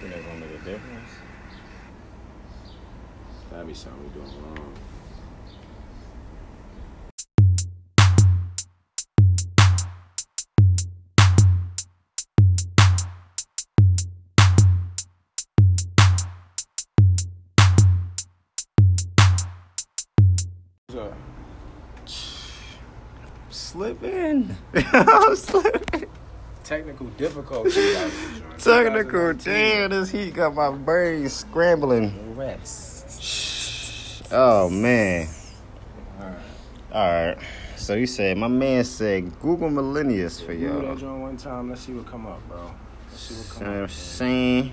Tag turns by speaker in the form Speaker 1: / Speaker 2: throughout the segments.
Speaker 1: think that's gonna make a difference.
Speaker 2: That'd be something we doing wrong. So,
Speaker 1: Slipping. I'm slipping.
Speaker 2: Technical difficulty. out here, John.
Speaker 1: Technical.
Speaker 2: 2019.
Speaker 1: Damn, this heat got my brain scrambling.
Speaker 2: Reps.
Speaker 1: Oh man.
Speaker 2: Alright.
Speaker 1: Alright. So you said my man said Google Millennials for
Speaker 2: Yo. that
Speaker 1: y'all. You know
Speaker 2: joint one time. Let's see what come up, bro. Let's see what come
Speaker 1: what I'm
Speaker 2: up. man.
Speaker 1: saying?
Speaker 2: You know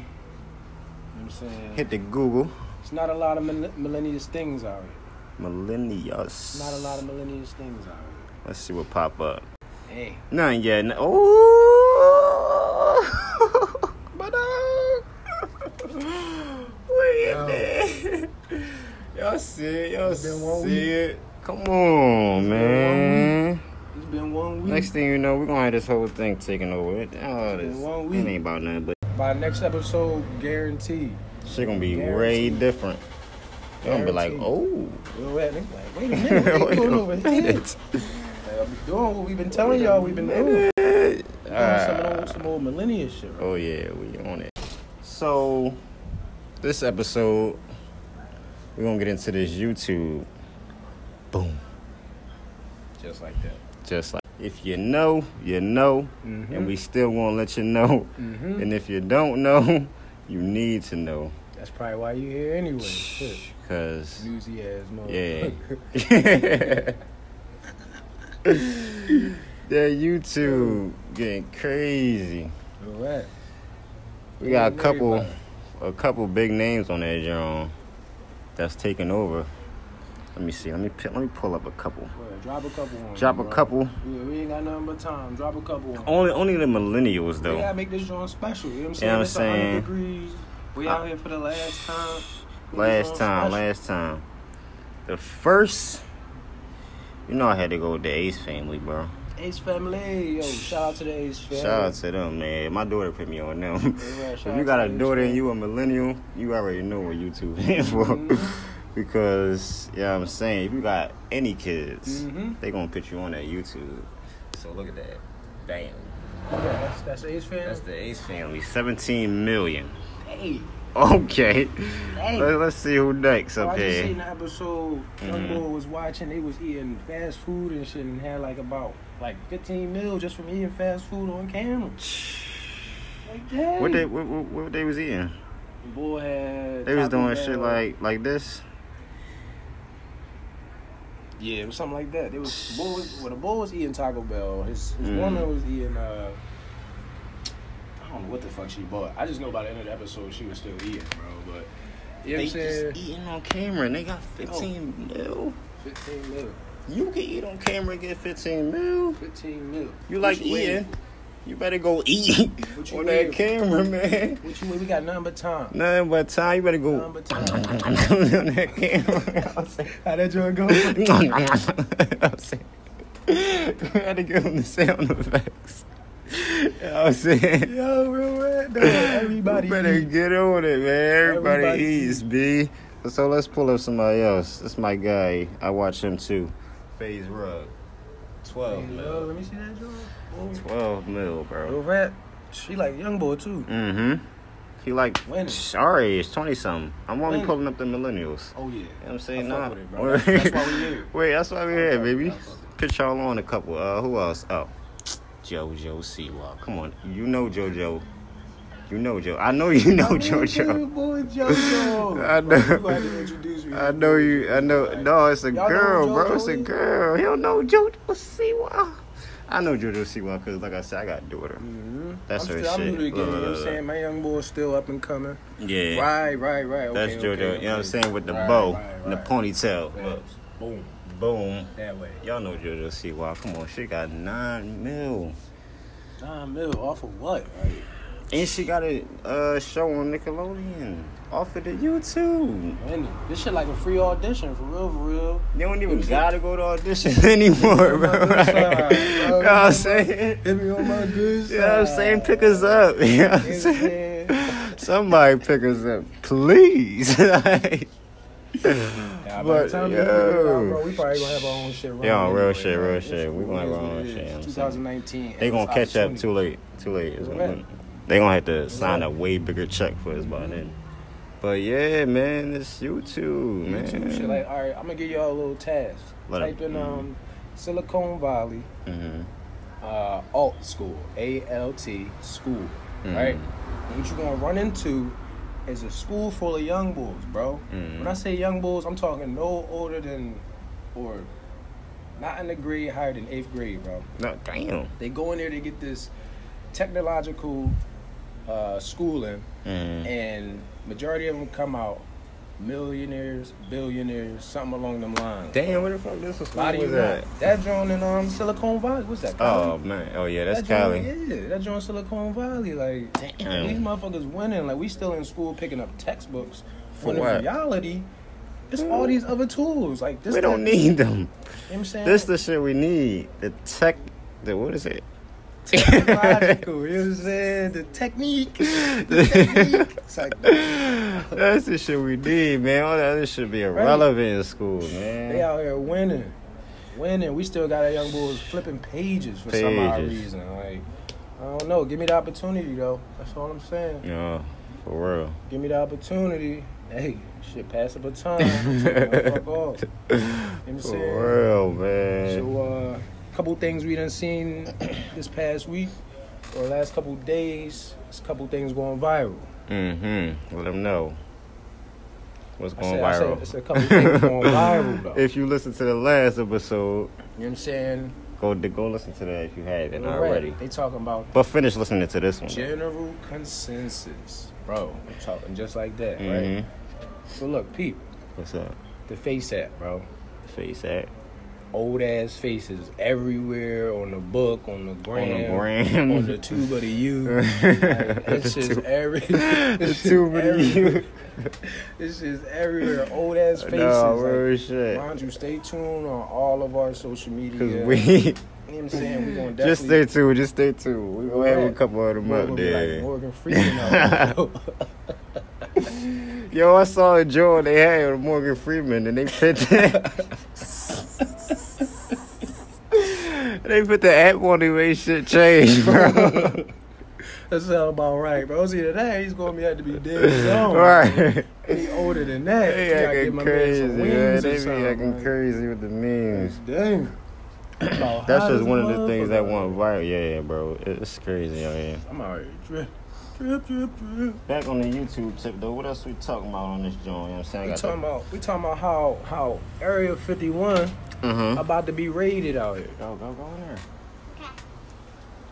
Speaker 2: what I'm saying?
Speaker 1: Hit the Google.
Speaker 2: It's not a lot of millenn- millennials things out here.
Speaker 1: Millennials.
Speaker 2: Not a lot of millennials things out here.
Speaker 1: Let's see what pop up.
Speaker 2: Hey.
Speaker 1: Nothing yet. No- Ooh. but uh, wait
Speaker 2: Yo.
Speaker 1: a minute. Y'all see it. Y'all
Speaker 2: It's been one
Speaker 1: see it. Come on, man.
Speaker 2: It's been one week.
Speaker 1: Next thing you know, we're gonna have this whole thing taken over. It, oh,
Speaker 2: It's been
Speaker 1: this,
Speaker 2: one
Speaker 1: it
Speaker 2: week.
Speaker 1: ain't about nothing, but
Speaker 2: By next episode, guaranteed.
Speaker 1: shit gonna be way
Speaker 2: Guaranteed.
Speaker 1: different. They gonna be like, oh,
Speaker 2: We'll have them like, wait a minute, what they doing over here? Like, I'll be doing what we've been telling y'all we've been doing. Doing some old, some old millennial shit, right?
Speaker 1: Oh yeah, we on it. So this episode we're gonna get into this YouTube. Boom. Oh.
Speaker 2: Just like that.
Speaker 1: Just like if you know, you know,
Speaker 2: Mhm.
Speaker 1: and we still wanna let you know.
Speaker 2: Mhm.
Speaker 1: And if you don't know, you need to know.
Speaker 2: That's probably why you here anyway. Shit.
Speaker 1: Cause
Speaker 2: Newsy ass
Speaker 1: Yeah.
Speaker 2: motherfucker.
Speaker 1: that YouTube getting crazy.
Speaker 2: All right.
Speaker 1: We got a
Speaker 2: Ain't
Speaker 1: couple,
Speaker 2: nobody.
Speaker 1: a couple big names on that John. That's taking over. Let me see. Let me pi- let me pull up a couple.
Speaker 2: Well, drop a couple on.
Speaker 1: Drop a
Speaker 2: bro.
Speaker 1: couple.
Speaker 2: Yeah, we ain't got nothing but time. Drop a couple on.
Speaker 1: Only only the millennials
Speaker 2: We
Speaker 1: though.
Speaker 2: gotta make this joint special. You know what I'm saying?
Speaker 1: You know
Speaker 2: it's
Speaker 1: what
Speaker 2: 100
Speaker 1: I'm saying?
Speaker 2: degrees. We out here for the last time. Make this
Speaker 1: Last
Speaker 2: joint
Speaker 1: time,
Speaker 2: special.
Speaker 1: last time. The first. You know I had to go with the Ace family, bro.
Speaker 2: Ace family. Yo, shout out to the Ace family.
Speaker 1: Shout out to them, man. My daughter put me on them.
Speaker 2: Yeah,
Speaker 1: if
Speaker 2: shout out
Speaker 1: you got
Speaker 2: to
Speaker 1: a
Speaker 2: Ace
Speaker 1: daughter
Speaker 2: family.
Speaker 1: and you a millennial, you already know what YouTube is for.
Speaker 2: Mhm.
Speaker 1: Mm-hmm. Because, yeah, I'm saying, if you got any kids,
Speaker 2: Mhm.
Speaker 1: they gonna put you on that YouTube. So look at that. Damn.
Speaker 2: Yeah, that's, that's Ace family.
Speaker 1: That's the Ace family. 17 million.
Speaker 2: hey,
Speaker 1: Okay.
Speaker 2: hey.
Speaker 1: Let, us see who next
Speaker 2: Oh,
Speaker 1: up
Speaker 2: I just seen
Speaker 1: here.
Speaker 2: the episode.
Speaker 1: Mm-hmm.
Speaker 2: Young boy was watching. They was eating fast food and shit, and had like about like 15 mil just from eating fast food on camera. Like, dang.
Speaker 1: What they what, what, what they was eating?
Speaker 2: Boy had.
Speaker 1: They was
Speaker 2: Taco
Speaker 1: doing shit
Speaker 2: Bell.
Speaker 1: like like this.
Speaker 2: Yeah, it was something like that. It was boy was well, the boy was eating Taco Bell. His his
Speaker 1: Mm.
Speaker 2: woman was eating uh I don't know what the fuck she bought. I just know by the end of the episode she was still eating, bro. But you know what
Speaker 1: They
Speaker 2: I'm saying?
Speaker 1: just eating on camera and they got 15 mil.
Speaker 2: Fifteen mil.
Speaker 1: You can eat on camera and get 15 mil.
Speaker 2: Fifteen mil.
Speaker 1: You like
Speaker 2: waiting
Speaker 1: eating. You better go eat
Speaker 2: What you
Speaker 1: on
Speaker 2: waiting
Speaker 1: that
Speaker 2: for?
Speaker 1: camera, man.
Speaker 2: for? What you mean? We got nothing but time.
Speaker 1: Nothing but time. You better
Speaker 2: Nothing
Speaker 1: go
Speaker 2: but time.
Speaker 1: on that camera. I'm saying-
Speaker 2: How that joint go?
Speaker 1: I'm saying. You had to give him the sound effects. I'm saying.
Speaker 2: Yo, real red dog. Everybody.
Speaker 1: You better get on it, man. Everybody,
Speaker 2: Everybody
Speaker 1: eats, B. So let's pull up somebody else. That's my guy. I watch him too. Phase Rug. 12
Speaker 2: Yo, let me see that joint. Oh,
Speaker 1: 12 mil, bro.
Speaker 2: Real rat. She like young boy too.
Speaker 1: Mm hmm. He like,
Speaker 2: Winning.
Speaker 1: sorry, it's 20 something. I'm only
Speaker 2: Winning.
Speaker 1: pulling up the millennials.
Speaker 2: Oh yeah.
Speaker 1: You know what I'm saying?
Speaker 2: I
Speaker 1: Nah.
Speaker 2: fuck with it, bro. That's why we here.
Speaker 1: Wait, that's why we here,
Speaker 2: fuck with it,
Speaker 1: baby.
Speaker 2: I fuck with
Speaker 1: Pitch y'all on a couple. Uh, who else? Oh, JoJo Siwa. Come on, you know JoJo. You know Joe. I know you know
Speaker 2: I mean,
Speaker 1: JoJo.
Speaker 2: dude, boy, JoJo.
Speaker 1: I
Speaker 2: Bro,
Speaker 1: know.
Speaker 2: you gonna have to introduce me.
Speaker 1: I know you. I know. No, it's a
Speaker 2: Y'all know
Speaker 1: girl,
Speaker 2: who
Speaker 1: bro.
Speaker 2: JoJo
Speaker 1: It's a
Speaker 2: is?
Speaker 1: girl. He don't know JoJo Siwa. I know JoJo Siwa because, like I said, I got a daughter.
Speaker 2: Mhm.
Speaker 1: That's
Speaker 2: I'm
Speaker 1: her
Speaker 2: still, I'm new
Speaker 1: shit.
Speaker 2: to the game. You
Speaker 1: Look,
Speaker 2: know what
Speaker 1: look,
Speaker 2: I'm saying? My young boy's still up and coming.
Speaker 1: Yeah.
Speaker 2: Right, right, right.
Speaker 1: That's
Speaker 2: okay,
Speaker 1: JoJo.
Speaker 2: okay,
Speaker 1: You know what I'm
Speaker 2: okay.
Speaker 1: saying? With the
Speaker 2: Right,
Speaker 1: bow
Speaker 2: right,
Speaker 1: and the
Speaker 2: right.
Speaker 1: ponytail. Look,
Speaker 2: Facts. Boom.
Speaker 1: boom.
Speaker 2: That way.
Speaker 1: Y'all know JoJo Siwa. Come on, she got nine mil.
Speaker 2: Nine mil off of what? Right.
Speaker 1: And she got a uh, show on Nickelodeon off of the YouTube.
Speaker 2: Man, this shit like a free audition for real, for real.
Speaker 1: They don't even gotta go to audition anymore, bro.
Speaker 2: Come on,
Speaker 1: Like,
Speaker 2: bro.
Speaker 1: you know what I'm saying?
Speaker 2: Hit me on my good
Speaker 1: You know what I'm saying? Pick us up. You know what I'm
Speaker 2: Yeah,
Speaker 1: saying?
Speaker 2: yeah.
Speaker 1: Somebody pick us up, please. like,
Speaker 2: Nah, by
Speaker 1: But,
Speaker 2: the time we figure it out,
Speaker 1: yo.
Speaker 2: bro, we probably gonna have our own shit.
Speaker 1: Yeah,
Speaker 2: running
Speaker 1: real
Speaker 2: anyway,
Speaker 1: shit,
Speaker 2: man.
Speaker 1: real
Speaker 2: It's
Speaker 1: shit. We
Speaker 2: what
Speaker 1: gonna
Speaker 2: it
Speaker 1: have
Speaker 2: is,
Speaker 1: our
Speaker 2: what
Speaker 1: own
Speaker 2: it
Speaker 1: shit,
Speaker 2: is.
Speaker 1: I'm saying.
Speaker 2: 2019.
Speaker 1: they
Speaker 2: and
Speaker 1: gonna
Speaker 2: it's
Speaker 1: catch up
Speaker 2: opportunity.
Speaker 1: too late. Too late. It's gonna-
Speaker 2: Right.
Speaker 1: they gonna have to sign a way bigger check for us by then. But yeah, man, it's YouTube, man.
Speaker 2: YouTube shit. Like, all right, I'm gonna give y'all a little task.
Speaker 1: Let 'em-
Speaker 2: Type in
Speaker 1: mhm.
Speaker 2: um, Silicon Valley
Speaker 1: Mhm.
Speaker 2: uh, alt school, A L T school,
Speaker 1: Mm-hmm.
Speaker 2: right? And what you're gonna run into is a school full of young bulls, bro.
Speaker 1: Mhm.
Speaker 2: When I say young bulls, I'm talking no older than or not in the grade higher than eighth grade, bro.
Speaker 1: No, damn.
Speaker 2: They go in there, they get this technological uh, schooling,
Speaker 1: Mhm.
Speaker 2: and majority of them come out millionaires, billionaires, something along them lines.
Speaker 1: Damn, where the fuck this was?
Speaker 2: Body
Speaker 1: was that?
Speaker 2: That drone in um, Silicon Valley. What's that? Cali?
Speaker 1: Oh man. Oh yeah, that's
Speaker 2: that
Speaker 1: Kylie.
Speaker 2: Joint, yeah, that joint Silicon Valley. Like,
Speaker 1: Damn.
Speaker 2: these motherfuckers winning. Like, we still in school picking up textbooks.
Speaker 1: For
Speaker 2: When in
Speaker 1: what?
Speaker 2: reality, it's all these other tools. Like, this
Speaker 1: We don't
Speaker 2: that-
Speaker 1: need them.
Speaker 2: You know what I'm saying?
Speaker 1: This the shit we need. The tech. The what is it?
Speaker 2: technological. you know what I'm saying? The technique. The technique. It's like,
Speaker 1: That's the shit we need, man. All that other should be irrelevant in school, man.
Speaker 2: they out here winning. Winning. We still got our young boys flipping pages for some odd
Speaker 1: Pages.
Speaker 2: reason. Like, I don't know. Give me the opportunity, though. That's all I'm saying.
Speaker 1: No, for real.
Speaker 2: Give me the opportunity. Hey, shit, pass the baton. Fuck off. You know what I'm saying?
Speaker 1: For real, man.
Speaker 2: So, uh, couple things we done seen this past week or last couple days. There's a couple things going viral.
Speaker 1: Mm-hmm. Let them know what's
Speaker 2: I
Speaker 1: going
Speaker 2: said, I said,
Speaker 1: viral.
Speaker 2: it's a couple things going viral, though.
Speaker 1: if you listen to the last episode,
Speaker 2: you know what I'm saying?
Speaker 1: go go listen to that if you haven't
Speaker 2: All right,
Speaker 1: already.
Speaker 2: They talking about
Speaker 1: But finish listening to this one. though.
Speaker 2: general consensus, bro. I'm talking just like that,
Speaker 1: Mhm.
Speaker 2: right? So look, peep
Speaker 1: What's up?
Speaker 2: the face app, bro.
Speaker 1: Face at
Speaker 2: Old ass faces everywhere on the book, on the
Speaker 1: on
Speaker 2: gram,
Speaker 1: the gram.
Speaker 2: on the tube of the U. It's
Speaker 1: the
Speaker 2: just
Speaker 1: two-
Speaker 2: every
Speaker 1: the
Speaker 2: it's
Speaker 1: tube of the
Speaker 2: every-
Speaker 1: year.
Speaker 2: It's just everywhere. Old ass faces.
Speaker 1: No,
Speaker 2: like,
Speaker 1: real shit.
Speaker 2: mind you, stay tuned on all of our social media.
Speaker 1: Cause we
Speaker 2: you know what I'm saying we gonna definitely
Speaker 1: just stay tuned, just stay tuned. We gonna have a
Speaker 2: Right.
Speaker 1: couple of them
Speaker 2: we're
Speaker 1: up
Speaker 2: gonna be like
Speaker 1: there.
Speaker 2: Morgan Freeman. out.
Speaker 1: Yo, I saw a joint they had with Morgan Freeman, and they put that. they put the app on the way shit change,
Speaker 2: Oh,
Speaker 1: bro.
Speaker 2: That sound about right, bro. It's either that or he's gonna be had to be dead. in his own.
Speaker 1: right.
Speaker 2: He older than that.
Speaker 1: They
Speaker 2: You gotta get
Speaker 1: acting
Speaker 2: my
Speaker 1: crazy,
Speaker 2: man some
Speaker 1: man.
Speaker 2: wings
Speaker 1: They
Speaker 2: or
Speaker 1: be acting
Speaker 2: something. man.
Speaker 1: crazy with the memes.
Speaker 2: Dang. About
Speaker 1: That's
Speaker 2: hot
Speaker 1: just
Speaker 2: as
Speaker 1: one of the
Speaker 2: a
Speaker 1: things that
Speaker 2: motherfucker.
Speaker 1: went viral. Yeah, yeah, bro. It's crazy out here.
Speaker 2: I'm already drip, drip, drip, drip.
Speaker 1: Back on the YouTube tip, though, what else we talking about on this joint? You know what I'm saying?
Speaker 2: We talking about we talking about how how Area 51
Speaker 1: Uh-huh.
Speaker 2: about to be raided out here.
Speaker 1: Go, go, go in there.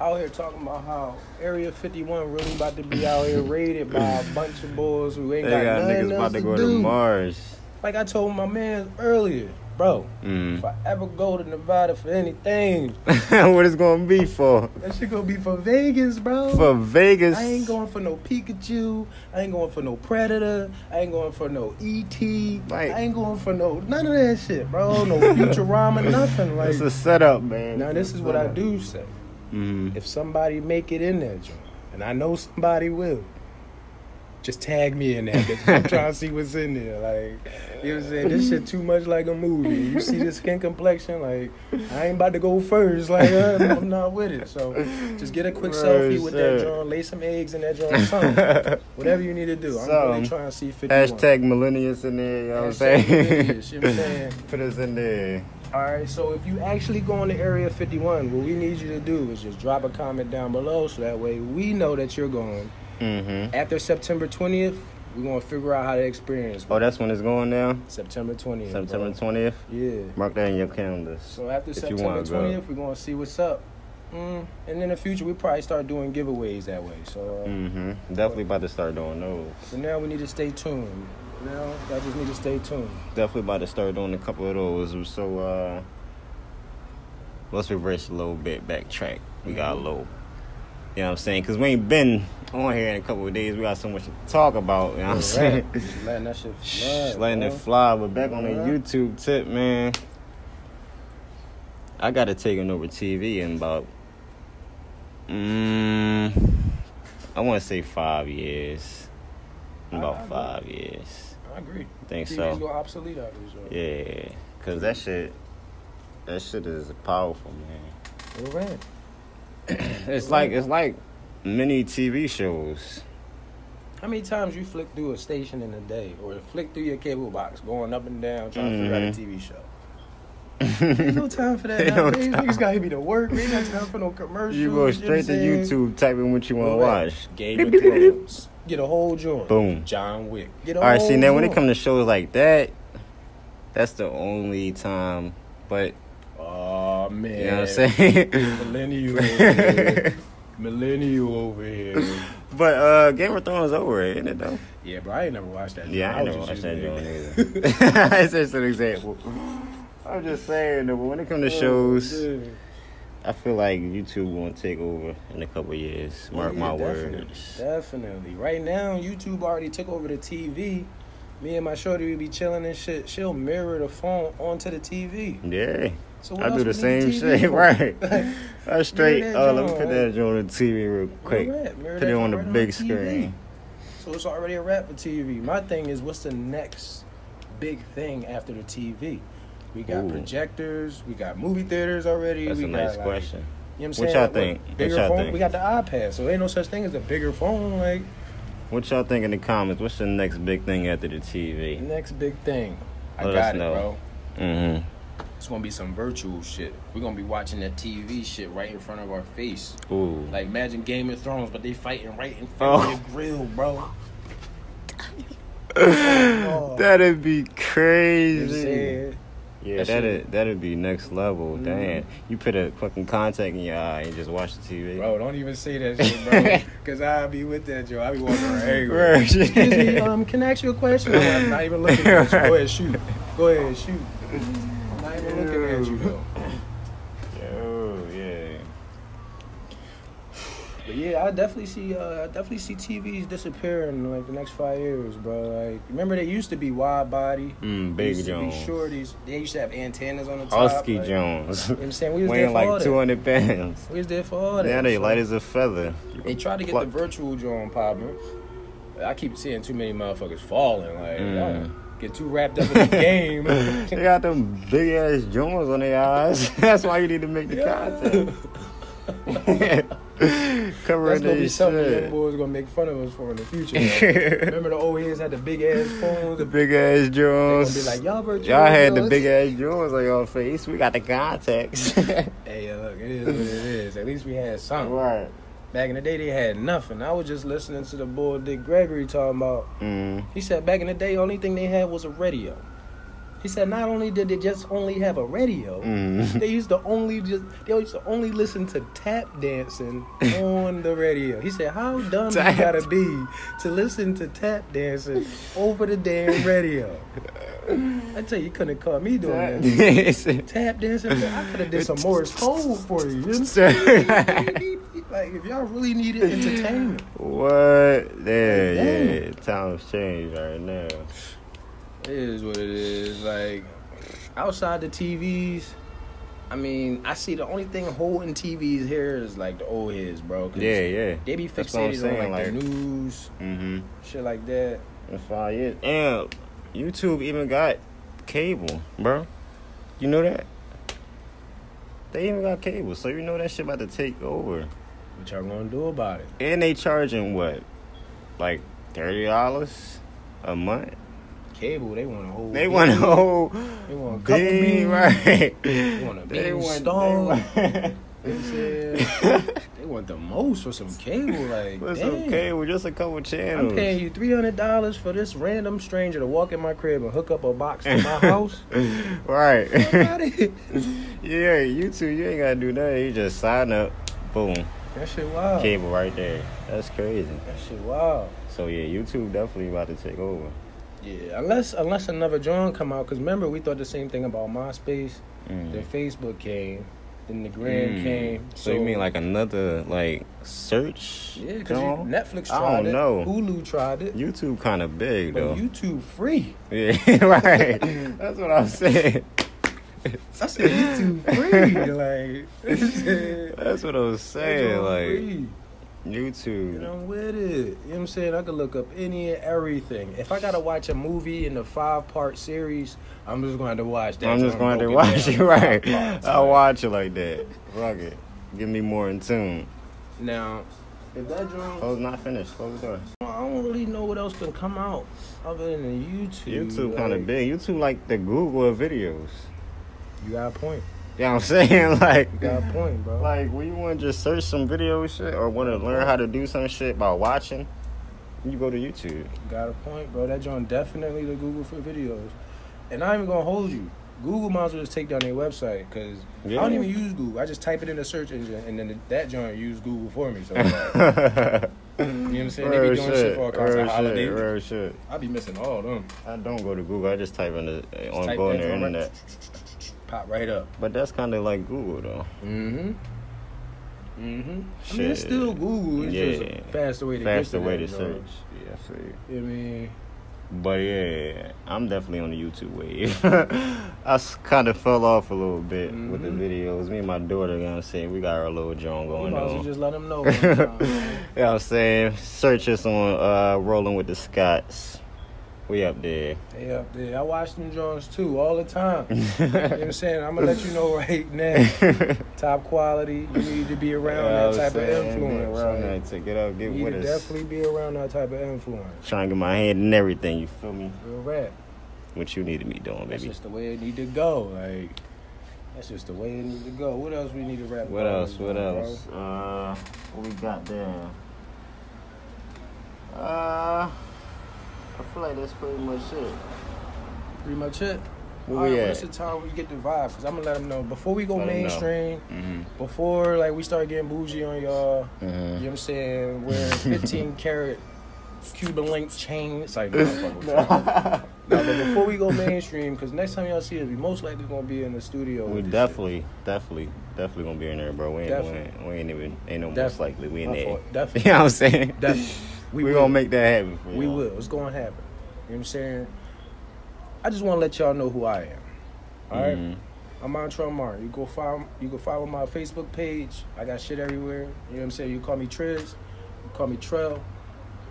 Speaker 2: Out here talking about how Area 51 really about to be out here raided by a bunch of boys who ain't
Speaker 1: They
Speaker 2: got,
Speaker 1: got
Speaker 2: nothing
Speaker 1: niggas
Speaker 2: else
Speaker 1: about to go
Speaker 2: do.
Speaker 1: to Mars.
Speaker 2: Like I told my man earlier, bro.
Speaker 1: Mm.
Speaker 2: If I ever go to Nevada for anything,
Speaker 1: what it's gonna be for?
Speaker 2: that shit gonna be for Vegas, bro.
Speaker 1: For Vegas.
Speaker 2: I ain't going for no Pikachu. I ain't going for no Predator. I ain't going for no ET.
Speaker 1: Right.
Speaker 2: I ain't going for no none of that shit, bro. No Futurama, nothing. Like
Speaker 1: It's a setup, man.
Speaker 2: now, this is what I do say.
Speaker 1: Mm.
Speaker 2: If somebody make it in that joint, and I know somebody will, just tag me in that. bitch. I'm trying to see what's in there. Like you know what I'm saying? This shit too much like a movie. You see this skin complexion? Like I ain't about to go first. Like uh, I'm not with it. So just get a quick
Speaker 1: Right,
Speaker 2: selfie with that
Speaker 1: sir.
Speaker 2: joint. Lay some eggs in that joint. Something. Whatever you need to do. I'm
Speaker 1: Some.
Speaker 2: really trying to see 51.
Speaker 1: Hashtag millennials in there, you know what I'm
Speaker 2: Hashtag
Speaker 1: saying?
Speaker 2: millennials, you know what I'm saying?
Speaker 1: Put us in there.
Speaker 2: All right, so if you actually go into Area 51, what we need you to do is just drop a comment down below so that way we know that you're going.
Speaker 1: Mm-hmm.
Speaker 2: After September 20th, we're going to figure out how to experience
Speaker 1: Oh, that's when it's going now?
Speaker 2: September 20th. bro.
Speaker 1: September 20th?
Speaker 2: Yeah.
Speaker 1: Mark that in your calendars.
Speaker 2: So after
Speaker 1: If you
Speaker 2: September
Speaker 1: wanna go.
Speaker 2: 20th, we're going to see what's up. Mm. And in the future, we probably start doing giveaways that way. So uh,
Speaker 1: Mm-hmm. Definitely about to start doing those.
Speaker 2: so now we need to stay tuned. Now, I just need to stay tuned.
Speaker 1: Definitely about to start doing a couple of those. So, uh, let's reverse a little bit, backtrack. We got a
Speaker 2: Mm-hmm.
Speaker 1: little, you know what I'm saying? Because we ain't been on here in a couple of days. We got so much to talk about, you know what I'm saying?
Speaker 2: Just letting that shit fly.
Speaker 1: Just letting it
Speaker 2: bro.
Speaker 1: fly. But back on the
Speaker 2: Alright.
Speaker 1: YouTube tip, man. I got to taking over TV in about, mm, I want to say five years. In
Speaker 2: I- I
Speaker 1: about
Speaker 2: agree.
Speaker 1: five years.
Speaker 2: I agree.
Speaker 1: I think
Speaker 2: TV's
Speaker 1: so.
Speaker 2: go obsolete out of this.
Speaker 1: Yeah, cause that shit, that shit is powerful, man.
Speaker 2: All right.
Speaker 1: It's like it's like mini TV shows.
Speaker 2: How many times you flick through a station in a day, or flick through your cable box, going up and down, trying to figure out a
Speaker 1: Mhm.
Speaker 2: TV show? Ain't no time for that.
Speaker 1: Ain't no
Speaker 2: nowadays.
Speaker 1: time.
Speaker 2: Niggas gotta be to work. Ain't no time for no commercials.
Speaker 1: You go
Speaker 2: know what I'm
Speaker 1: straight to
Speaker 2: saying?
Speaker 1: YouTube, type in what you want to
Speaker 2: Correct.
Speaker 1: watch.
Speaker 2: Game of Thrones. Get a whole joint.
Speaker 1: Boom.
Speaker 2: John Wick. Get a
Speaker 1: All right, see
Speaker 2: whole
Speaker 1: now when it
Speaker 2: joint.
Speaker 1: comes to shows like that, that's the only time. But
Speaker 2: Oh man.
Speaker 1: you know what I'm saying.
Speaker 2: Millennial over here. Millennial over here.
Speaker 1: but uh, Game of Thrones over it, isn't it though?
Speaker 2: Yeah, bro, I ain't never watched that.
Speaker 1: Yeah, I ain't
Speaker 2: was
Speaker 1: never watched
Speaker 2: just
Speaker 1: that
Speaker 2: using it.
Speaker 1: joint either. It's just an example. I'm just saying though, when it comes to shows.
Speaker 2: Oh, dude.
Speaker 1: I feel like YouTube won't take over in a couple years. Mark
Speaker 2: Oh, Yeah,
Speaker 1: my
Speaker 2: definitely,
Speaker 1: words.
Speaker 2: Definitely. Right now, YouTube already took over the TV. Me and my shorty would be chilling and shit. She'll mirror the phone onto the TV.
Speaker 1: Yeah,
Speaker 2: So
Speaker 1: I do the
Speaker 2: else we need TV
Speaker 1: same shit.
Speaker 2: for?
Speaker 1: Right.
Speaker 2: Like,
Speaker 1: I straight.
Speaker 2: that
Speaker 1: Oh, let me
Speaker 2: joint,
Speaker 1: put that joint on the TV real quick.
Speaker 2: Mirror that, mirror
Speaker 1: Put
Speaker 2: that
Speaker 1: it on
Speaker 2: joint
Speaker 1: the
Speaker 2: right
Speaker 1: big
Speaker 2: TV.
Speaker 1: screen.
Speaker 2: So it's already a wrap for TV. My thing is, what's the next big thing after the TV? We got
Speaker 1: Ooh.
Speaker 2: projectors. We got movie theaters already.
Speaker 1: That's
Speaker 2: we
Speaker 1: a nice
Speaker 2: got, like,
Speaker 1: question.
Speaker 2: You know what I'm
Speaker 1: What
Speaker 2: saying?
Speaker 1: y'all
Speaker 2: Like,
Speaker 1: think? What
Speaker 2: Bigger
Speaker 1: y'all
Speaker 2: phone.
Speaker 1: think?
Speaker 2: We got the iPad, so ain't no such thing as a bigger phone. Like
Speaker 1: What y'all think in the comments? What's the next big thing after the TV?
Speaker 2: next big thing. I
Speaker 1: Let us
Speaker 2: got it,
Speaker 1: know.
Speaker 2: bro.
Speaker 1: hmm
Speaker 2: It's gonna be some virtual shit. We're gonna be watching that TV shit right in front of our face.
Speaker 1: Ooh.
Speaker 2: Like imagine Game of Thrones, but they fighting right in front of
Speaker 1: Oh.
Speaker 2: your grill, bro. Oh.
Speaker 1: that'd be crazy.
Speaker 2: Yeah.
Speaker 1: Yeah,
Speaker 2: That
Speaker 1: that'd that'd be next
Speaker 2: Mm-hmm.
Speaker 1: level. Damn, you put a fucking contact in your eye and just watch the TV.
Speaker 2: Bro, don't even say that shit, bro. Cause I'll be with that, Joe. I'll be walking around angry.
Speaker 1: Right.
Speaker 2: Excuse me, um, can I ask you a question? Oh, I'm not even looking at you. Go ahead, shoot. Go ahead, shoot. I'm not even looking at you, though.
Speaker 1: Oh yeah.
Speaker 2: But yeah, I definitely see, uh, I definitely see TVs disappearing in, like the next five years, bro. Like, remember they used to be wide body.
Speaker 1: Mm,
Speaker 2: They
Speaker 1: Big
Speaker 2: used
Speaker 1: Jones.
Speaker 2: To be shorties. They used to have antennas on the top.
Speaker 1: Husky
Speaker 2: like,
Speaker 1: Jones.
Speaker 2: You know what I'm saying? We was there
Speaker 1: Weighing
Speaker 2: for all
Speaker 1: like
Speaker 2: that.
Speaker 1: 200 pounds.
Speaker 2: We was there for all that.
Speaker 1: Now they
Speaker 2: So,
Speaker 1: light as a feather.
Speaker 2: They tried to get
Speaker 1: Pluck.
Speaker 2: the virtual John popping. I keep seeing too many motherfuckers falling. Like,
Speaker 1: Mm.
Speaker 2: y'all get too wrapped up in the game.
Speaker 1: They got them big ass Jones on their eyes. That's why you need to make the content.
Speaker 2: That's
Speaker 1: Covering
Speaker 2: gonna be
Speaker 1: their
Speaker 2: something the young
Speaker 1: shit.
Speaker 2: boys gonna make fun of us for in the future. though. Remember the old heads had the big ass phones.
Speaker 1: The
Speaker 2: They
Speaker 1: big ass
Speaker 2: gonna be
Speaker 1: Jones.
Speaker 2: like, y'all virtual.
Speaker 1: Y'all had the
Speaker 2: Johns."
Speaker 1: big ass Jones on your face. We got the contacts.
Speaker 2: Hey, yeah, look, it is what it is. At least we had something.
Speaker 1: right.
Speaker 2: Back in the day, they had nothing. I was just listening to the boy Dick Gregory talking about
Speaker 1: Mm.
Speaker 2: He said back in the day, only thing they had was a radio. He said not only did they just only have a radio,
Speaker 1: Mm.
Speaker 2: they used to only just they used to only listen to tap dancing on the radio. He said how dumb
Speaker 1: Tap.
Speaker 2: you gotta be to listen to tap dancing over the damn radio. I tell you, you couldn't call me doing that. Tap dancing, I could have did some Morris Code for you. you understand? like if y'all really needed entertainment.
Speaker 1: what? There,
Speaker 2: Damn.
Speaker 1: yeah. Times change right now.
Speaker 2: It is what it is. Like outside the TVs, I mean, I see the only thing holding TVs here is like the old heads, bro. 'cause
Speaker 1: Yeah, yeah.
Speaker 2: They be
Speaker 1: That's what I'm
Speaker 2: fixated
Speaker 1: saying,
Speaker 2: on like, the
Speaker 1: like-
Speaker 2: news,
Speaker 1: Mm-hmm.
Speaker 2: shit like that.
Speaker 1: In five years. And YouTube even got cable, bro. You know that? They even got cable, so you know that shit about to take over.
Speaker 2: What y'all gonna do about it?
Speaker 1: And they charging what? Like thirty dollars a month?
Speaker 2: Cable, they want a whole.
Speaker 1: They want a
Speaker 2: to.
Speaker 1: whole
Speaker 2: They want a couple
Speaker 1: bean,
Speaker 2: beans.
Speaker 1: right?
Speaker 2: want a
Speaker 1: They
Speaker 2: bean
Speaker 1: want-
Speaker 2: stone. You
Speaker 1: they
Speaker 2: know what I'm saying? they want the most for some cable. Like,
Speaker 1: want- It's
Speaker 2: damn.
Speaker 1: okay with just a couple channels.
Speaker 2: I'm paying you three hundred dollars for this random stranger to walk in my crib and hook up a box to my house. Fuck
Speaker 1: Right.
Speaker 2: outta here.
Speaker 1: yeah, YouTube, you ain't gotta do nothing. You just sign up, boom,
Speaker 2: that shit wild.
Speaker 1: cable right there. That's crazy.
Speaker 2: That shit wild.
Speaker 1: So yeah, YouTube definitely about to take over.
Speaker 2: Yeah, unless unless another John come out, cause remember we thought the same thing about MySpace.
Speaker 1: Mm.
Speaker 2: Then Facebook came, then the Gram
Speaker 1: Mm.
Speaker 2: came.
Speaker 1: So, you mean like another like search?
Speaker 2: yeah? Cause you,
Speaker 1: John?
Speaker 2: Netflix
Speaker 1: I
Speaker 2: tried
Speaker 1: don't
Speaker 2: it,
Speaker 1: know.
Speaker 2: Hulu tried it,
Speaker 1: YouTube kind of big
Speaker 2: but
Speaker 1: though.
Speaker 2: YouTube free.
Speaker 1: yeah, right. That's what I'm saying.
Speaker 2: I said YouTube free, like
Speaker 1: That's what I'm
Speaker 2: that
Speaker 1: saying.
Speaker 2: joint
Speaker 1: Like
Speaker 2: free.
Speaker 1: YouTube.
Speaker 2: And I'm with it. You know what I'm saying? I could look up any and everything. If I gotta watch a movie in a five part series, I'm just going to watch that.
Speaker 1: I'm just going to watch it, right? I'll watch it like that. Fuck it. Get me more in tune.
Speaker 2: Now, if that drum,
Speaker 1: Close, not finished. Close the door.
Speaker 2: I don't really know what else can come out other than YouTube.
Speaker 1: YouTube kind
Speaker 2: like,
Speaker 1: of big. YouTube like the Google of videos.
Speaker 2: You got a point.
Speaker 1: You know what I'm saying? Like,
Speaker 2: You got a point, bro.
Speaker 1: like when you want to just search some video shit or want to learn how to do some shit by watching, you go to YouTube.
Speaker 2: Got a point, bro. That joint definitely the Google for videos. And I'm even gonna hold you. Google might as well just take down their website because I don't
Speaker 1: Yeah.
Speaker 2: even use Google. I just type it in the search engine and then that joint use Google for me. So like, you know what I'm saying? they be
Speaker 1: Real
Speaker 2: doing shit
Speaker 1: shit.
Speaker 2: for all kinds
Speaker 1: Real
Speaker 2: of holidays.
Speaker 1: shit. Real shit.
Speaker 2: I be missing all of them.
Speaker 1: I don't go to Google. I just type in the on
Speaker 2: Type
Speaker 1: go on
Speaker 2: that
Speaker 1: the
Speaker 2: joint right-
Speaker 1: internet.
Speaker 2: Pop right up.
Speaker 1: But that's kind of like Google though.
Speaker 2: Mm-hmm. Mm-hmm. I mean,
Speaker 1: Shit.
Speaker 2: it's still Google. It's
Speaker 1: Yeah.
Speaker 2: just a faster way to get
Speaker 1: Faster
Speaker 2: to
Speaker 1: way
Speaker 2: that
Speaker 1: to
Speaker 2: joint.
Speaker 1: search. Yeah, I see.
Speaker 2: You know what I mean,
Speaker 1: But yeah, I'm definitely on the YouTube wave. I kind of fell off a little bit with the
Speaker 2: Mhm.
Speaker 1: videos. Me and my daughter, you know what I'm saying? We got our little drone
Speaker 2: you
Speaker 1: going
Speaker 2: might as well
Speaker 1: on.
Speaker 2: just let them know.
Speaker 1: you know what I'm saying? Search us on uh, Rolling with the Scots. We up there.
Speaker 2: They up there. I watch them joints too all the time. you know what I'm saying? I'm gonna let you know right now. Top quality. You need to be around
Speaker 1: Yeah, I
Speaker 2: that
Speaker 1: was
Speaker 2: type of
Speaker 1: saying,
Speaker 2: influence.
Speaker 1: Be around
Speaker 2: Like,
Speaker 1: that to get up, get
Speaker 2: you need
Speaker 1: with
Speaker 2: to
Speaker 1: us.
Speaker 2: definitely be around that type of influence.
Speaker 1: Trying to get my hand in everything, you feel me?
Speaker 2: Real rap.
Speaker 1: What you need to be doing,
Speaker 2: That's
Speaker 1: baby.
Speaker 2: just the way it need to go. Like that's just the way it need to go. What else we need to rap
Speaker 1: What
Speaker 2: about,
Speaker 1: else? What
Speaker 2: bro?
Speaker 1: else? Uh, what we got there? Uh, I feel like that's pretty much it.
Speaker 2: Pretty much it.
Speaker 1: Where
Speaker 2: All
Speaker 1: we
Speaker 2: right,
Speaker 1: at?
Speaker 2: well, that's the time we get the vibe. Cause I'm gonna let them know before we go
Speaker 1: Let 'em know.
Speaker 2: mainstream,
Speaker 1: Mm-hmm.
Speaker 2: before like we start getting bougie on y'all. You know
Speaker 1: Mm-hmm.
Speaker 2: what I'm saying? Wearing 15 karat Cuban links chain. It's like, no, fuck with y'all. No, but before we go mainstream, because next time y'all see us, we most likely gonna be in the studio.
Speaker 1: We
Speaker 2: with this
Speaker 1: definitely, definitely, definitely gonna be in there, bro. We ain't, we
Speaker 2: Definitely.
Speaker 1: ain't, we ain't even, ain't no most
Speaker 2: Definitely.
Speaker 1: likely. We
Speaker 2: shit.
Speaker 1: in
Speaker 2: My
Speaker 1: there.
Speaker 2: fault.
Speaker 1: You
Speaker 2: Definitely.
Speaker 1: know what I'm saying?
Speaker 2: Definitely.
Speaker 1: We,
Speaker 2: will.
Speaker 1: gonna make that happen. For
Speaker 2: We
Speaker 1: y'all.
Speaker 2: will. It's gonna happen. You know what I'm saying? I just wanna let y'all know who I am. All right?
Speaker 1: Mhm.
Speaker 2: I'm Montrell Mar. You go follow you go follow my Facebook page. I got shit everywhere. You know what I'm saying? You call me Triz, you call me Trell, you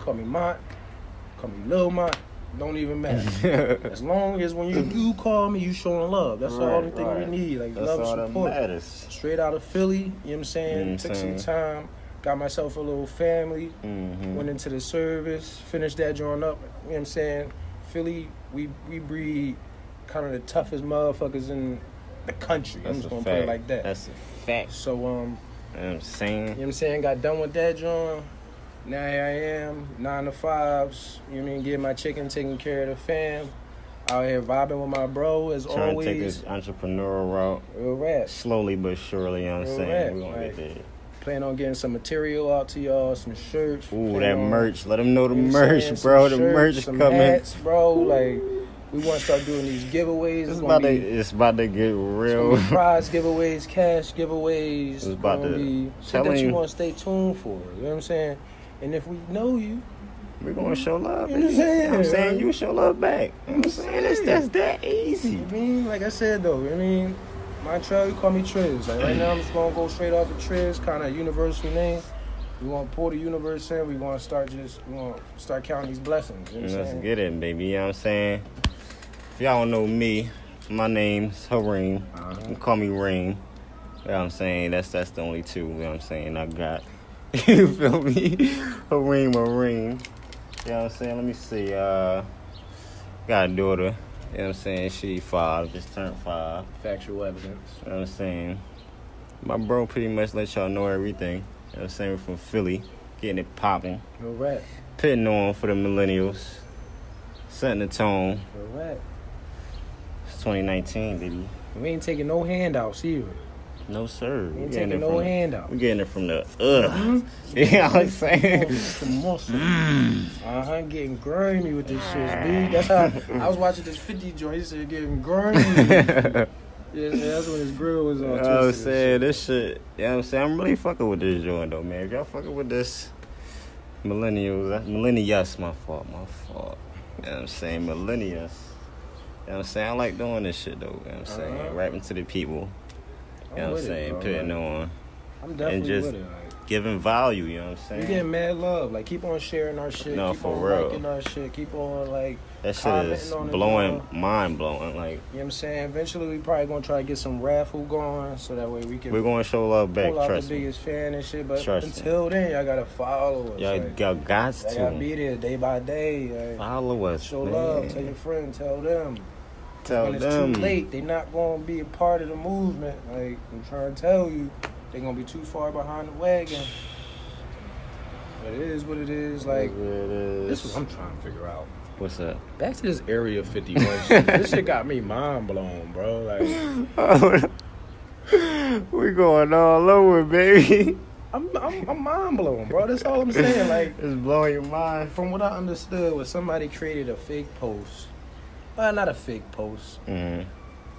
Speaker 2: call me Mont, you call me Lil Mont. Don't even matter. As long as when you do call me, you showing love. That's the
Speaker 1: Right,
Speaker 2: only thing
Speaker 1: right.
Speaker 2: we need. Like
Speaker 1: That's
Speaker 2: love
Speaker 1: all
Speaker 2: and
Speaker 1: that
Speaker 2: support.
Speaker 1: matters.
Speaker 2: Straight out of Philly, you know what I'm saying?
Speaker 1: Mm,
Speaker 2: Took
Speaker 1: same.
Speaker 2: some time, got myself a little family,
Speaker 1: Mm-hmm.
Speaker 2: went into the service, finished that joint up, you know what I'm saying? Philly, we we breed kind of the toughest motherfuckers in the country.
Speaker 1: That's
Speaker 2: I'm just
Speaker 1: a
Speaker 2: gonna
Speaker 1: fact.
Speaker 2: put it like that.
Speaker 1: That's a fact.
Speaker 2: so um,
Speaker 1: You know what I'm
Speaker 2: you know
Speaker 1: saying?
Speaker 2: what I'm saying? Got done with that joint. Now here I am, nine to fives, you know what I mean, getting my chicken taking care of the fam. Out here vibing with my bro as
Speaker 1: Trying to take
Speaker 2: always.
Speaker 1: this entrepreneurial route.
Speaker 2: Real rap.
Speaker 1: Slowly but surely, you know what I'm
Speaker 2: Correct,
Speaker 1: saying? We're gonna
Speaker 2: like-
Speaker 1: get there.
Speaker 2: Plan on getting some material out to y'all, some shirts.
Speaker 1: Ooh,
Speaker 2: plan
Speaker 1: that
Speaker 2: on-
Speaker 1: merch. Let them know the
Speaker 2: you know what I'm saying,
Speaker 1: merch, bro. The
Speaker 2: some
Speaker 1: merch
Speaker 2: shirts,
Speaker 1: is
Speaker 2: some
Speaker 1: coming.
Speaker 2: hats, bro. Like we want to start doing these giveaways.
Speaker 1: It's
Speaker 2: It's
Speaker 1: about
Speaker 2: gonna
Speaker 1: to,
Speaker 2: be,
Speaker 1: it's about to get
Speaker 2: it's
Speaker 1: real.
Speaker 2: gonna be prize giveaways, cash giveaways.
Speaker 1: It's about
Speaker 2: gonna
Speaker 1: to-
Speaker 2: be shit
Speaker 1: telling
Speaker 2: that you
Speaker 1: you.
Speaker 2: want to stay tuned for. You know what I'm saying? And if we know you,
Speaker 1: We're gonna show love.
Speaker 2: You know what I'm
Speaker 1: baby. You know what I'm
Speaker 2: saying?
Speaker 1: saying you show love back. You know what I'm saying it's that's that easy.
Speaker 2: I mean, like I said though, I mean, my trail, you call me Triz. Like right now, I'm just gonna go straight off of Triz, kind of universal name. We want to pour the universe in. We want to start just, we want to start counting these blessings. You know what I'm
Speaker 1: Let's
Speaker 2: saying?
Speaker 1: get it, baby. You know what I'm saying? If y'all don't know me, my name's Hareem.
Speaker 2: Uh-huh.
Speaker 1: You can call me Reem. You know what I'm saying? That's that's the only two, you know what I'm saying, I got. you feel me? Hareem Hareem. You know what I'm saying? Let me see. Uh got a daughter. You know what I'm saying? She five, just turned five.
Speaker 2: Factual evidence.
Speaker 1: You know what I'm saying? My bro pretty much let y'all know everything. You know what I'm saying? We're From Philly, getting it popping,
Speaker 2: No rap.
Speaker 1: pitting on for the millennials, setting the tone.
Speaker 2: No rap.
Speaker 1: It's 2019, baby.
Speaker 2: We ain't taking no handouts either.
Speaker 1: No, sir.
Speaker 2: We
Speaker 1: We're
Speaker 2: ain't
Speaker 1: getting it
Speaker 2: taking no
Speaker 1: from
Speaker 2: Mm-hmm.
Speaker 1: the,
Speaker 2: handout.
Speaker 1: we getting it from the, ugh. You know what I'm saying?
Speaker 2: Some muscle.
Speaker 1: Mm.
Speaker 2: Uh huh. Getting grimy with this shit, dude. That's how I was watching this 50 joint. He said getting grimy. yeah, that's when his grill was
Speaker 1: You
Speaker 2: on.
Speaker 1: know what I'm
Speaker 2: Oh, twisted and
Speaker 1: saying? This shit, you know what I'm saying? I'm really fucking with this joint, though, man. If y'all fucking with this, millennials, uh, millennials, my fault, my fault. You know what I'm saying? Millennials. You know what I'm saying? I like doing this shit, though. You know what I'm saying?
Speaker 2: Uh-huh.
Speaker 1: Rapping to the people.
Speaker 2: shit.
Speaker 1: You know what I'm
Speaker 2: with it,
Speaker 1: saying?
Speaker 2: bro.
Speaker 1: Putting on.
Speaker 2: I'm definitely
Speaker 1: just-
Speaker 2: with it. Like,
Speaker 1: giving value, you know what I'm saying?
Speaker 2: We getting mad love. Like keep on sharing our shit.
Speaker 1: No,
Speaker 2: keep
Speaker 1: for
Speaker 2: on
Speaker 1: real.
Speaker 2: liking our shit. Keep on like
Speaker 1: that shit
Speaker 2: commenting
Speaker 1: is
Speaker 2: on it, uh,
Speaker 1: blowing,
Speaker 2: dog.
Speaker 1: mind blowing. Like,
Speaker 2: you know what I'm saying? Eventually we probably gonna try to get some raffle going so that way we can
Speaker 1: we're going to show love back,
Speaker 2: pull out
Speaker 1: trust
Speaker 2: the
Speaker 1: me.
Speaker 2: biggest fan and shit. But
Speaker 1: Trust me.
Speaker 2: until then y'all gotta follow us.
Speaker 1: Y'all
Speaker 2: like,
Speaker 1: got guys
Speaker 2: y'all gotta be
Speaker 1: to
Speaker 2: there day by day. Like,
Speaker 1: follow us.
Speaker 2: show
Speaker 1: man.
Speaker 2: love, tell your friend, tell them.
Speaker 1: Tell
Speaker 2: when it's
Speaker 1: them.
Speaker 2: too late, they're not gonna be a part of the movement. Like I'm trying to tell you, they're gonna be too far behind the wagon. But it is what it is. Like
Speaker 1: this
Speaker 2: this is what I'm trying to figure out.
Speaker 1: What's up?
Speaker 2: Back to this Area 51 shit. this shit got me mind blown, bro. Like
Speaker 1: we going all over, baby.
Speaker 2: I'm, I'm, I'm mind blown, bro. That's all I'm saying. Like
Speaker 1: It's blowing your mind.
Speaker 2: from what I understood, was somebody created a fake post. Well, not a fake post.
Speaker 1: Mm,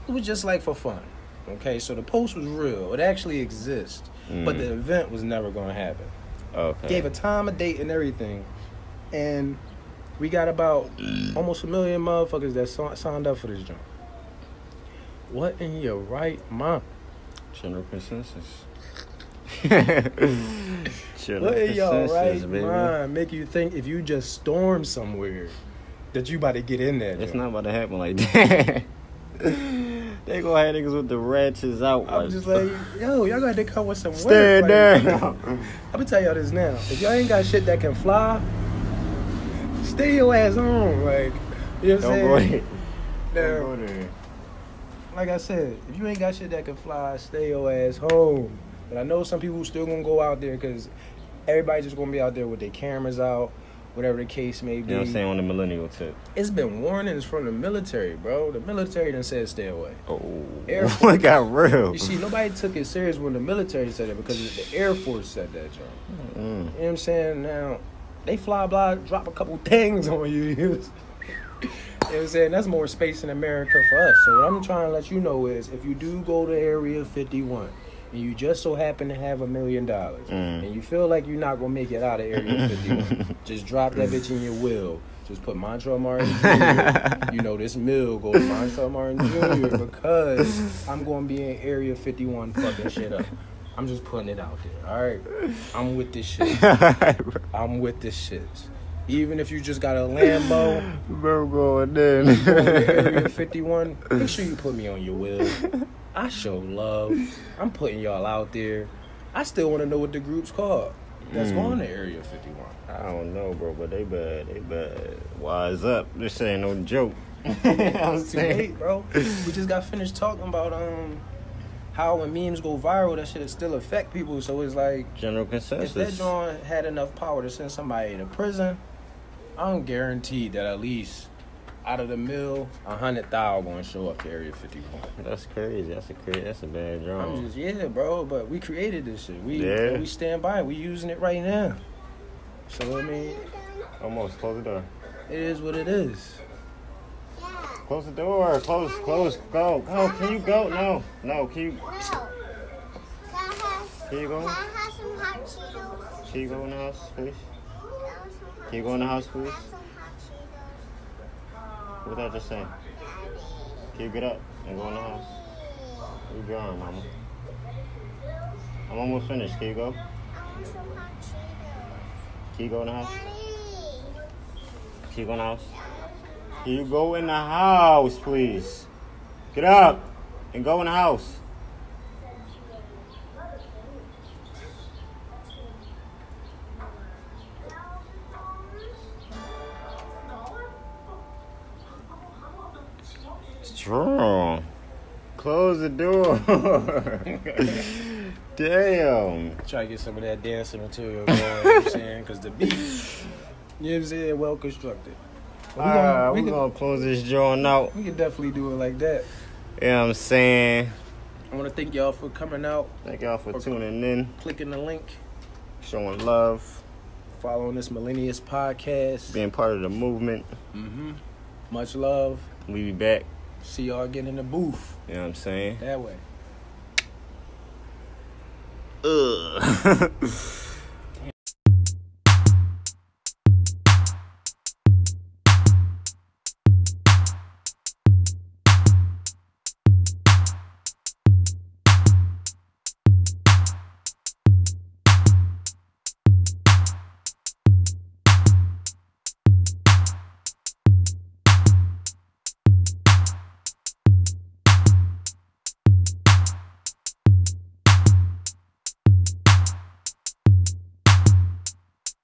Speaker 2: It was just like for fun. Okay, so the post was real. It actually exists, but
Speaker 1: Mm.
Speaker 2: the event was never gonna happen.
Speaker 1: okay.
Speaker 2: gave a time, a date, and everything. And we got about almost a million motherfuckers that si- signed up for this joint. What in your right mind?
Speaker 1: General consensus. General
Speaker 2: What in your
Speaker 1: consensus,
Speaker 2: right
Speaker 1: baby.
Speaker 2: mind make you think if you just storm somewhere that you about to get in there?
Speaker 1: It's not about to happen like that. they gonna have niggas with the ratchets out.
Speaker 2: I'm just like, yo, y'all gotta come with some work.
Speaker 1: stand
Speaker 2: like-
Speaker 1: down.
Speaker 2: I'm gonna tell y'all this now. If y'all ain't got shit that can fly, stay your ass on. Like, you know what I'm
Speaker 1: Don't
Speaker 2: saying?
Speaker 1: go there.
Speaker 2: Now,
Speaker 1: Don't go there.
Speaker 2: like I said, if you ain't got shit that can fly, stay your ass home. But I know some people still gonna go out there because everybody just gonna be out there with their cameras out, whatever the case may
Speaker 1: You
Speaker 2: be.
Speaker 1: know what I'm saying on the millennial tip.
Speaker 2: It's been warnings from the military, bro. The military done said stay away.
Speaker 1: Oh,
Speaker 2: Air
Speaker 1: it got real.
Speaker 2: You see, nobody took it serious when the military said it because the Air Force said that, y'all.
Speaker 1: Mm.
Speaker 2: You know what I'm saying? Now, they fly by, drop a couple things on you. You know what I'm saying? That's more space in America for us. So, what I'm trying to let you know is if you do go to Area 51 and you just so happen to have a million dollars
Speaker 1: Mm.
Speaker 2: and you feel like you're not going to make it out of Area 51, just drop that bitch in your will. Just put Montreal Martin Jr. you know, this mill goes to Montreal Martin Jr. because I'm going to be in Area 51 fucking shit up. I'm just putting it out there. All right. I'm with this shit.
Speaker 1: Mm.
Speaker 2: I'm with this shit. Even if you just got a Lambo,
Speaker 1: Bro, going
Speaker 2: Area
Speaker 1: then.
Speaker 2: 51, make sure you put me on your will. I show love. I'm putting y'all out there. I still want to know what the group's called that's going to Area 51.
Speaker 1: I don't know, bro, but they bad. They bad. Wise up. This ain't no joke. I'm
Speaker 2: It's too late, bro. We just got finished talking about um how when memes go viral, that shit still affect people. So it's like
Speaker 1: General
Speaker 2: if that
Speaker 1: consensus.
Speaker 2: joint had enough power to send somebody to prison, I'm guaranteed that at least out of the mill, a hundred thousand gonna show up to Area 51.
Speaker 1: That's crazy. That's a crazy. That's a bad
Speaker 2: I'm
Speaker 1: drum.
Speaker 2: just yeah, bro. But we created this shit. We
Speaker 1: Hmm. Yeah.
Speaker 2: and we stand by. it. We using it right now. So I mean,
Speaker 1: Almost close the door.
Speaker 2: it is what it is.
Speaker 1: Close the door. Close. Close. Go. Go. Can you go? No. No. Can you?
Speaker 3: Wow.
Speaker 1: Can you
Speaker 3: Can I
Speaker 1: go?
Speaker 3: have some hot Cheetos?
Speaker 1: Can you go in the house, please?
Speaker 3: Can
Speaker 1: Can you go in the house,
Speaker 3: I
Speaker 1: please?
Speaker 3: have some hot Cheetos?
Speaker 1: What I just saying? Can you get up and go in the house? You drawing, mama? I'm almost finished. Can you go?
Speaker 3: I want some hot Cheetos.
Speaker 1: Can you go in the house?
Speaker 3: Daddy,
Speaker 1: Can you go in the house? Can you go in the house, please? Get up and go in the house. Strong. Close the door. Damn.
Speaker 2: Try to get some of that dancing material going. you know what I'm saying? Because the beat, you know what I'm saying, well constructed. But we, gonna-
Speaker 1: Alright,
Speaker 2: we
Speaker 1: we're
Speaker 2: could-
Speaker 1: gonna close this joint out.
Speaker 2: we could definitely do it like that.
Speaker 1: You know what I'm saying?
Speaker 2: I want to thank y'all for coming out,
Speaker 1: Thank y'all for tuning in,
Speaker 2: clicking the link,
Speaker 1: showing love.
Speaker 2: following this Millennials podcast.
Speaker 1: being part of the movement.
Speaker 2: hmm Much love.
Speaker 1: We be back.
Speaker 2: See y'all again in the booth.
Speaker 1: You know what I'm saying?
Speaker 2: That way.
Speaker 1: Ugh.